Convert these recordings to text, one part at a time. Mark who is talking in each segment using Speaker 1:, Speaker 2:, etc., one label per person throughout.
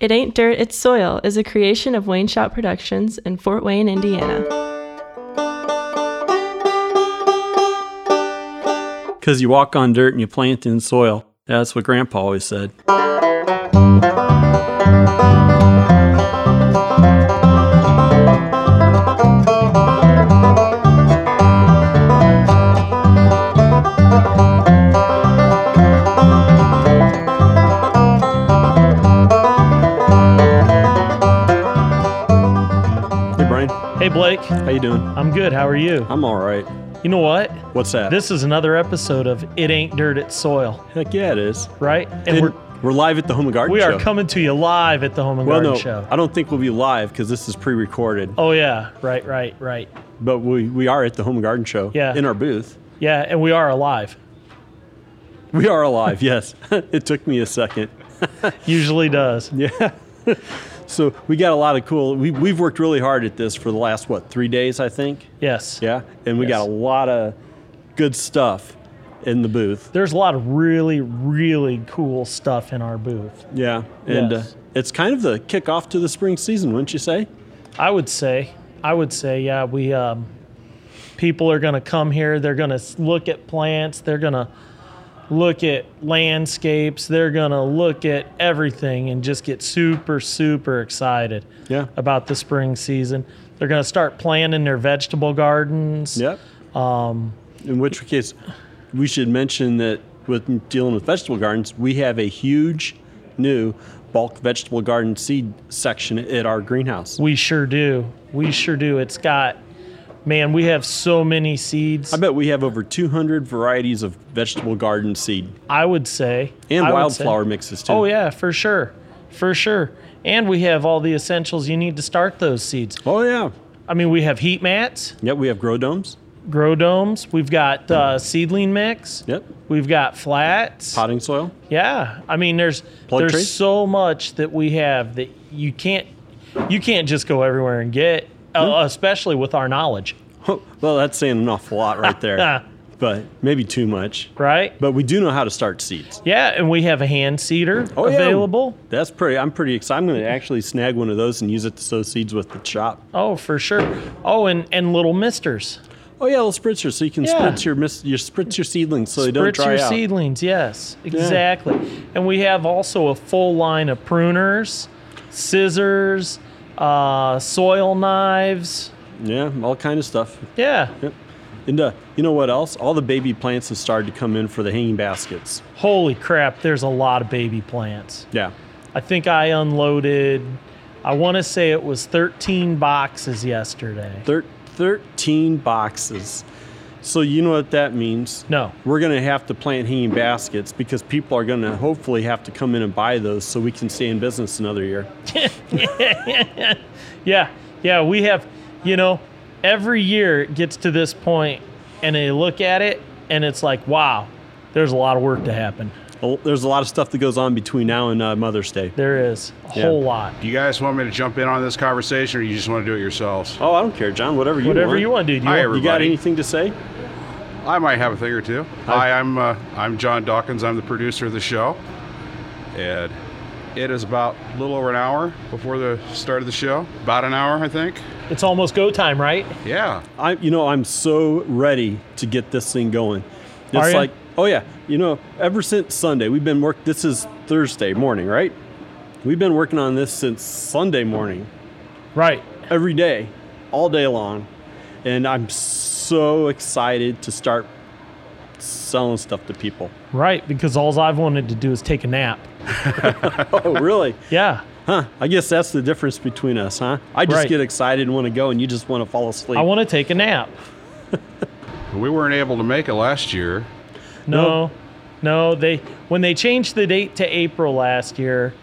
Speaker 1: It Ain't Dirt, It's Soil is a creation of Wayne Shot Productions in Fort Wayne, Indiana.
Speaker 2: Because you walk on dirt and you plant in soil. That's what Grandpa always said. Hey Brian,
Speaker 3: Hey Blake,
Speaker 2: how you doing?
Speaker 3: I'm good. How are you?
Speaker 2: I'm all right.
Speaker 3: You know what?
Speaker 2: What's that?
Speaker 3: This is another episode of It Ain't Dirt, It's Soil,
Speaker 2: Heck yeah, it is.
Speaker 3: right? And
Speaker 2: And
Speaker 3: we're,
Speaker 2: we're live at the Home and Garden
Speaker 3: we
Speaker 2: Show.
Speaker 3: are coming to you live at the Home and
Speaker 2: Well,
Speaker 3: Garden
Speaker 2: no,
Speaker 3: Show.
Speaker 2: I don't think we'll be live because this is pre-recorded.
Speaker 3: Oh, yeah. Right, right, right.
Speaker 2: But we, we are at the Home and Garden Show.
Speaker 3: Yeah.
Speaker 2: In our booth,
Speaker 3: Yeah, and we are alive.
Speaker 2: we are alive. yes. it took me a second.
Speaker 3: Usually does.
Speaker 2: Yeah. so we got a lot of cool. We we've worked really hard at this for the last what three days I think.
Speaker 3: Yes.
Speaker 2: Yeah. And we
Speaker 3: Yes.
Speaker 2: got a lot of good stuff in the booth.
Speaker 3: There's a lot of really, really cool stuff in our booth.
Speaker 2: Yeah. And
Speaker 3: Yes.
Speaker 2: uh, it's kind of the kickoff to the spring season, wouldn't you say?
Speaker 3: I would say, I would say, yeah, we um, people are going to come here. They're going to look at plants. They're going to look at landscapes. They're going to look at everything and just get super, super excited
Speaker 2: Yeah.
Speaker 3: about the spring season. They're going to start planting their vegetable gardens.
Speaker 2: Yep. Um, in which case, we should mention that with dealing with vegetable gardens, we have a huge new bulk vegetable garden seed section at our greenhouse.
Speaker 3: We sure do. We sure do. It's got, man, we have so many seeds.
Speaker 2: I bet we have over 200 varieties of vegetable garden seed
Speaker 3: I would say.
Speaker 2: and
Speaker 3: I would say-
Speaker 2: wildflower mixes too.
Speaker 3: Oh yeah, for sure, for sure. And we have all the essentials you need to start those seeds.
Speaker 2: Oh yeah.
Speaker 3: I mean, we have heat mats,
Speaker 2: Yep. We have grow domes.
Speaker 3: grow domes. We've got uh, seedling mix.
Speaker 2: Yep.
Speaker 3: We've got flats.
Speaker 2: Potting soil.
Speaker 3: Yeah, I mean, there's
Speaker 2: Plug
Speaker 3: there's
Speaker 2: trees?
Speaker 3: so much that we have that you can't you can't just go everywhere and get,
Speaker 2: Hmm.
Speaker 3: uh, especially with our knowledge,
Speaker 2: well, that's saying an awful lot right there, but maybe too much.
Speaker 3: right?
Speaker 2: But we do know how to start seeds.
Speaker 3: Yeah, and we have a hand seeder
Speaker 2: Oh, yeah.
Speaker 3: available.
Speaker 2: That's pretty. I'm pretty excited. I'm going to actually snag one of those and use it to sow seeds with the chop.
Speaker 3: Oh, for sure. Oh, and and little misters.
Speaker 2: Oh yeah, a little spritzer, so you can
Speaker 3: Yeah.
Speaker 2: spritz your mis- your spritz your seedlings so they don't
Speaker 3: Spritz
Speaker 2: dry
Speaker 3: your
Speaker 2: out.
Speaker 3: seedlings, yes, exactly. And we have also a full line of pruners, scissors, uh, soil knives.
Speaker 2: Yeah, all kind of stuff.
Speaker 3: Yeah,
Speaker 2: Yep. And uh, you know what else? All the baby plants have started to come in for the hanging baskets.
Speaker 3: holy crap, there's a lot of baby plants.
Speaker 2: Yeah,
Speaker 3: I think I unloaded, I want to say it was 13 boxes yesterday.
Speaker 2: Thir- thirteen boxes. So you know what that means?
Speaker 3: No.
Speaker 2: We're gonna have to plant hanging baskets because people are gonna hopefully have to come in and buy those so we can stay in business another year.
Speaker 3: Yeah, yeah, we have, you know, every year it gets to this point and they look at it and it's like, wow, there's a lot of work to happen.
Speaker 2: Oh, There's a lot of stuff that goes on between now and uh, Mother's Day.
Speaker 3: There is a
Speaker 2: Yeah.
Speaker 3: whole lot.
Speaker 4: Do you guys want me to jump in on this conversation, or you just want to do it yourselves?
Speaker 2: Oh, I don't care, John. Whatever you
Speaker 3: Whatever
Speaker 2: want.
Speaker 3: you want, dude. You
Speaker 4: I
Speaker 3: want-
Speaker 2: You got
Speaker 4: Everybody.
Speaker 2: anything to say?
Speaker 4: I might have a thing or two. Hi, I'm uh, I'm John Dawkins. I'm the producer of the show, and it is about a little over an hour before the start of the show. About an hour, I think.
Speaker 3: It's almost go time, right?
Speaker 4: Yeah.
Speaker 2: I, you know, I'm so ready to get this thing going. It's
Speaker 3: Are ya?
Speaker 2: like, oh yeah, you know, ever since Sunday, we've been work. This is Thursday morning, right? We've been working on this since Sunday morning,
Speaker 3: Right.
Speaker 2: every day, all day long, and I'm so excited to start selling stuff to people.
Speaker 3: Right, because all I've wanted to do is take a nap.
Speaker 2: Oh, really?
Speaker 3: Yeah.
Speaker 2: Huh? I guess that's the difference between us, huh? I just
Speaker 3: Right.
Speaker 2: get excited and want to go, and you just want to fall asleep.
Speaker 3: I want to take a nap.
Speaker 4: We weren't able to make it last year.
Speaker 3: No. No, they when they changed the date to April last year,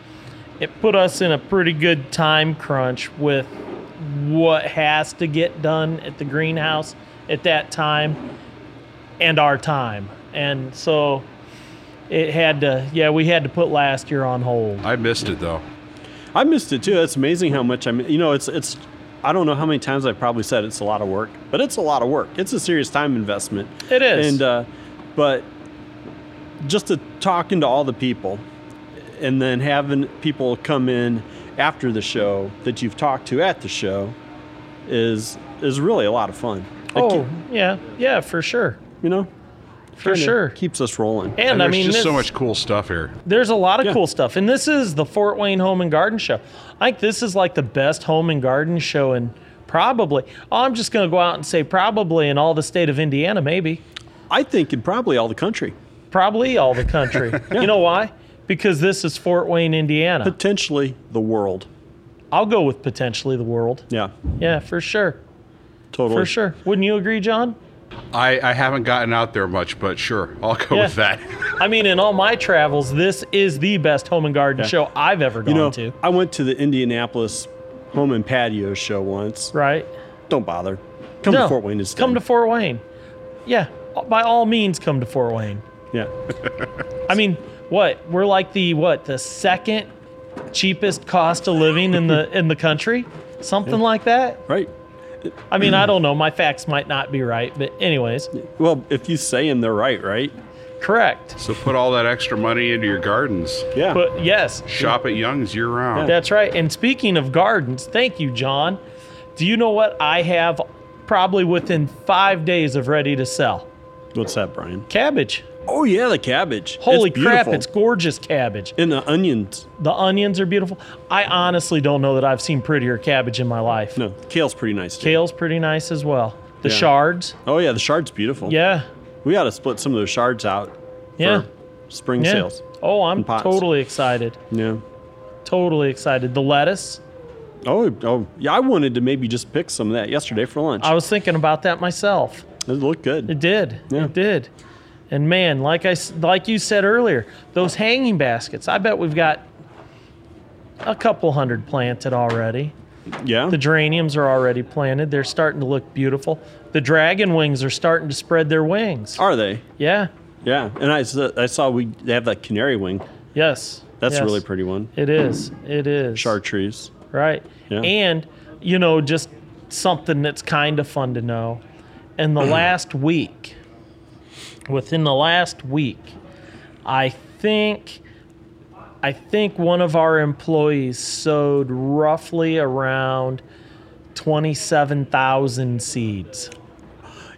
Speaker 3: it put us in a pretty good time crunch with what has to get done at the greenhouse at that time and our time. And so it had to yeah, we had to put last year on hold.
Speaker 4: I missed it though.
Speaker 2: I missed it too. That's amazing how much I'm. You know, it's it's. I don't know how many times I probably said it's a lot of work, but it's a lot of work. It's a serious time investment.
Speaker 3: It is.
Speaker 2: And uh, but just to talking to all the people, and then having people come in after the show that you've talked to at the show is is really a lot of fun. It
Speaker 3: Oh,
Speaker 2: keep-
Speaker 3: yeah, yeah, for sure,
Speaker 2: you know,
Speaker 3: for
Speaker 2: kinda
Speaker 3: sure.
Speaker 2: keeps us rolling.
Speaker 3: and, I
Speaker 4: there's
Speaker 3: mean,
Speaker 4: just so
Speaker 3: this-
Speaker 4: much cool stuff here.
Speaker 3: there's a lot of
Speaker 2: Yeah.
Speaker 3: cool stuff. And this is the Fort Wayne Home and Garden Show. I think this is like the best home and garden show in probably. I'm just going to go out and say probably in all the state of Indiana, maybe.
Speaker 2: I think in probably all the country,
Speaker 3: Probably all the country. You know why? Because this is Fort Wayne, Indiana.
Speaker 2: potentially the world.
Speaker 3: I'll go with potentially the world.
Speaker 2: Yeah,
Speaker 3: Yeah, for sure.
Speaker 2: totally.
Speaker 3: For sure. Wouldn't you agree, John?
Speaker 4: I, I haven't gotten out there much, but sure, I'll go
Speaker 3: Yeah.
Speaker 4: with that.
Speaker 3: I mean, in all my travels, this is the best home and garden show I've ever gone
Speaker 2: You know,
Speaker 3: to.
Speaker 2: I went to the Indianapolis Home and Patio Show once.
Speaker 3: Right?
Speaker 2: Don't bother. Come to Fort Wayne instead.
Speaker 3: Come to Fort Wayne. Yeah, by all means, come to Fort Wayne.
Speaker 2: yeah.
Speaker 3: I mean, what? We're like the what? The second cheapest cost of living in the in the country, something like that.
Speaker 2: Right.
Speaker 3: I mean, I don't know. My facts might not be right, but anyways,
Speaker 2: Well, if you say them, they're right, right?
Speaker 3: correct.
Speaker 4: so put all that extra money into your gardens.
Speaker 2: Yeah.
Speaker 3: But yes,
Speaker 4: Shop at Young's year round.
Speaker 3: That's right. And speaking of gardens, thank you, John. Do you know what I have probably within five days of ready to sell?
Speaker 2: What's that, Brian?
Speaker 3: Cabbage.
Speaker 2: Oh yeah, the cabbage.
Speaker 3: Holy
Speaker 2: it's
Speaker 3: crap,
Speaker 2: beautiful.
Speaker 3: it's gorgeous cabbage.
Speaker 2: and the onions.
Speaker 3: The onions are beautiful. I honestly don't know that I've seen prettier cabbage in my life.
Speaker 2: No, the kale's pretty nice. Too.
Speaker 3: Kale's pretty nice as well. The
Speaker 2: Yeah.
Speaker 3: shards.
Speaker 2: Oh yeah, the shard's beautiful.
Speaker 3: Yeah.
Speaker 2: We ought to split some of those shards out
Speaker 3: Yeah.
Speaker 2: for spring
Speaker 3: yeah.
Speaker 2: sales.
Speaker 3: Oh, I'm
Speaker 2: And pots.
Speaker 3: totally excited.
Speaker 2: Yeah.
Speaker 3: Totally excited. The lettuce.
Speaker 2: Oh, oh yeah. I wanted to maybe just pick some of that yesterday for lunch.
Speaker 3: I was thinking about that myself.
Speaker 2: it looked good.
Speaker 3: It did.
Speaker 2: Yeah.
Speaker 3: It did. And man, like I s- like you said earlier, those hanging baskets. I bet we've got a couple hundred planted already.
Speaker 2: Yeah.
Speaker 3: The geraniums are already planted. They're starting to look beautiful. The dragon wings are starting to spread their wings.
Speaker 2: Are they?
Speaker 3: Yeah.
Speaker 2: Yeah. And I saw, I saw we they have that canary wing.
Speaker 3: Yes.
Speaker 2: That's
Speaker 3: Yes.
Speaker 2: a really pretty one.
Speaker 3: It is. It is.
Speaker 2: Chartreuse.
Speaker 3: Right.
Speaker 2: Yeah.
Speaker 3: And, you know, just something that's kind of fun to know. In the last week, within the last week, I think I think one of our employees sowed roughly around 27,000 seeds.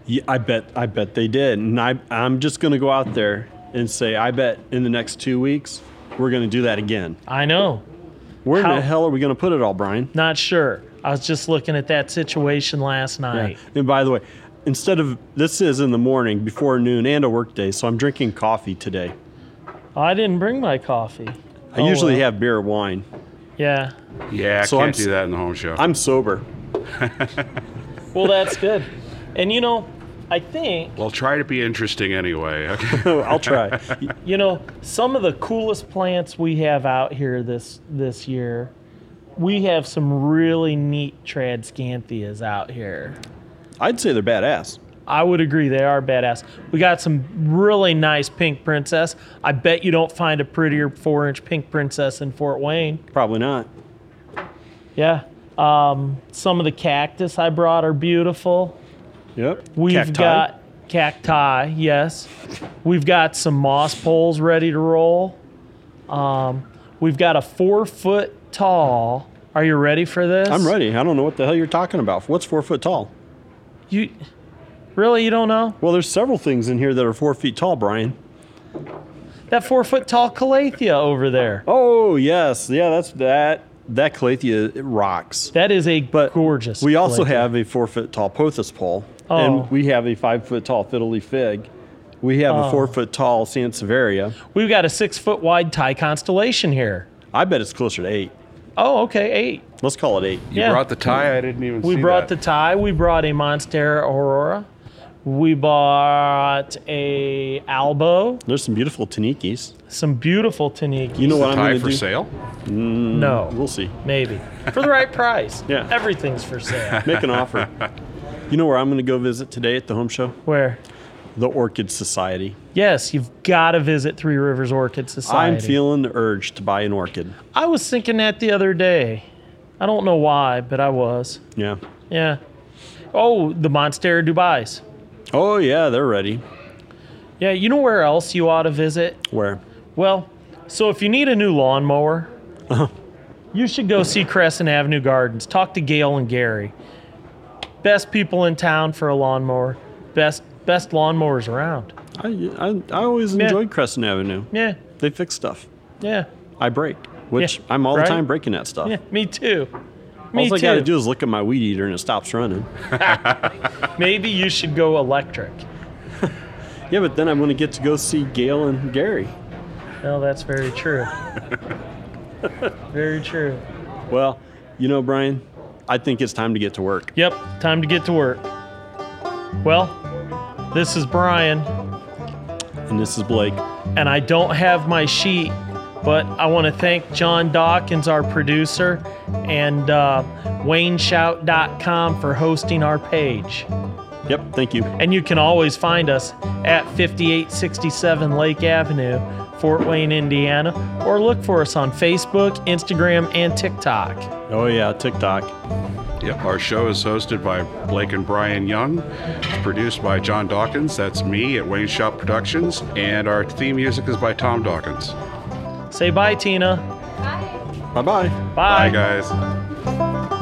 Speaker 2: Yeah, I bet I bet they did. And I I'm just gonna go out there and say I bet in the next two weeks we're gonna do that again.
Speaker 3: I know.
Speaker 2: Where in
Speaker 3: How-
Speaker 2: the hell are we gonna put it all, Brian?
Speaker 3: Not sure. I was just looking at that situation last night.
Speaker 2: And by the way, instead of this is in the morning before noon and a work day, so I'm drinking coffee today.
Speaker 3: Oh, I didn't bring my coffee.
Speaker 2: I usually
Speaker 3: Oh, well.
Speaker 2: have beer or wine.
Speaker 3: Yeah.
Speaker 4: Yeah, I
Speaker 2: So
Speaker 4: can't
Speaker 2: I'm s-
Speaker 4: do that in the home show.
Speaker 2: I'm sober.
Speaker 3: Well, that's good. And you know, I think
Speaker 4: well, try to be interesting anyway. Okay.
Speaker 2: I'll try.
Speaker 3: you know some of the coolest plants we have out here this this year. We have some really neat Tradscanthias out here.
Speaker 2: I'd say they're badass.
Speaker 3: I would agree they are badass. We got some really nice pink princess. I bet you don't find a prettier four-inch pink princess in Fort Wayne.
Speaker 2: Probably not.
Speaker 3: Yeah. Um, some of the cactus I brought are beautiful.
Speaker 2: Yep.
Speaker 3: We've
Speaker 2: Cacti.
Speaker 3: got cacti, yes. We've got some moss poles ready to roll. Um, we've got a four foot tall. Are you ready for this?
Speaker 2: I'm ready. I don't know what the hell you're talking about. What's four foot tall?
Speaker 3: You really you don't know
Speaker 2: Well, there's several things in here that are four feet tall, Brian.
Speaker 3: that four foot tall calathea over there?
Speaker 2: Oh yes, yeah. That's that. That calathea it rocks.
Speaker 3: That is a
Speaker 2: But
Speaker 3: gorgeous.
Speaker 2: We also
Speaker 3: calathea.
Speaker 2: have a four foot tall pothos pole,
Speaker 3: Oh.
Speaker 2: and we have a five foot tall fiddly fig. We have
Speaker 3: Oh.
Speaker 2: a four foot tall sansevieria.
Speaker 3: we've got a six foot wide Thai constellation here.
Speaker 2: I bet it's closer to eight.
Speaker 3: Oh, okay, eight.
Speaker 2: Let's call it eight.
Speaker 4: You
Speaker 3: yeah.
Speaker 4: brought the tie. I didn't even
Speaker 3: We
Speaker 4: see
Speaker 3: brought
Speaker 4: that.
Speaker 3: the tie. We brought a Monstera Aurora. We bought a Albo.
Speaker 2: There's some beautiful tanikis.
Speaker 3: Some beautiful Taniki.
Speaker 2: You know what I'm
Speaker 4: tie
Speaker 2: going to
Speaker 4: for
Speaker 2: do?
Speaker 4: sale.
Speaker 3: No,
Speaker 2: We'll see.
Speaker 3: maybe for the right price.
Speaker 2: Yeah.
Speaker 3: everything's for sale.
Speaker 2: Make an offer. You know where I'm going to go visit today at the home show?
Speaker 3: Where?
Speaker 2: The Orchid Society.
Speaker 3: Yes, you've got to visit Three Rivers Orchid Society.
Speaker 2: I'm feeling the urge to buy an orchid.
Speaker 3: I was thinking that the other day. I don't know why, but I was.
Speaker 2: Yeah.
Speaker 3: Yeah. Oh, the Monstera Dubais.
Speaker 2: Oh yeah, they're ready.
Speaker 3: Yeah, you know where else you ought to visit?
Speaker 2: Where?
Speaker 3: Well, So if you need a new lawnmower,
Speaker 2: Uh-huh.
Speaker 3: you should go see Crescent Avenue Gardens. Talk to Gail and Gary. Best people in town for a lawnmower. Best best lawnmowers around.
Speaker 2: I, I, I always
Speaker 3: Yeah.
Speaker 2: enjoyed Crescent Avenue.
Speaker 3: Yeah,
Speaker 2: They fix stuff.
Speaker 3: yeah,
Speaker 2: I break, which
Speaker 3: Yeah,
Speaker 2: I'm all
Speaker 3: right?
Speaker 2: the time breaking that stuff.
Speaker 3: yeah. Me too. Me
Speaker 2: All I
Speaker 3: too.
Speaker 2: got to do is look at my weed eater and it stops running.
Speaker 3: Maybe you should go electric.
Speaker 2: Yeah, but then I'm going to get to go see Gail and Gary.
Speaker 3: No, that's very true. very true.
Speaker 2: Well, you know, Brian, I think it's time to get to work.
Speaker 3: Yep, time to get to work. Well, this is Brian.
Speaker 2: And this is Blake.
Speaker 3: and I don't have my sheet, but I want to thank John Dawkins, our producer, and uh, WayneShout.com for hosting our page.
Speaker 2: Yep, thank you.
Speaker 3: And you can always find us at 5867 Lake Avenue, Fort Wayne, Indiana, or look for us on Facebook, Instagram, and TikTok.
Speaker 2: Oh, yeah, TikTok.
Speaker 4: Yep, our show is hosted by Blake and Brian Young. It's produced by John Dawkins, that's me at Wayne Shop Productions, and our theme music is by Tom Dawkins.
Speaker 3: Say bye, Tina.
Speaker 2: Bye bye.
Speaker 4: Bye, guys.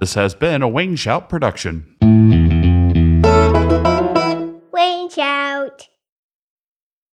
Speaker 5: This has been a Wayne Shout production.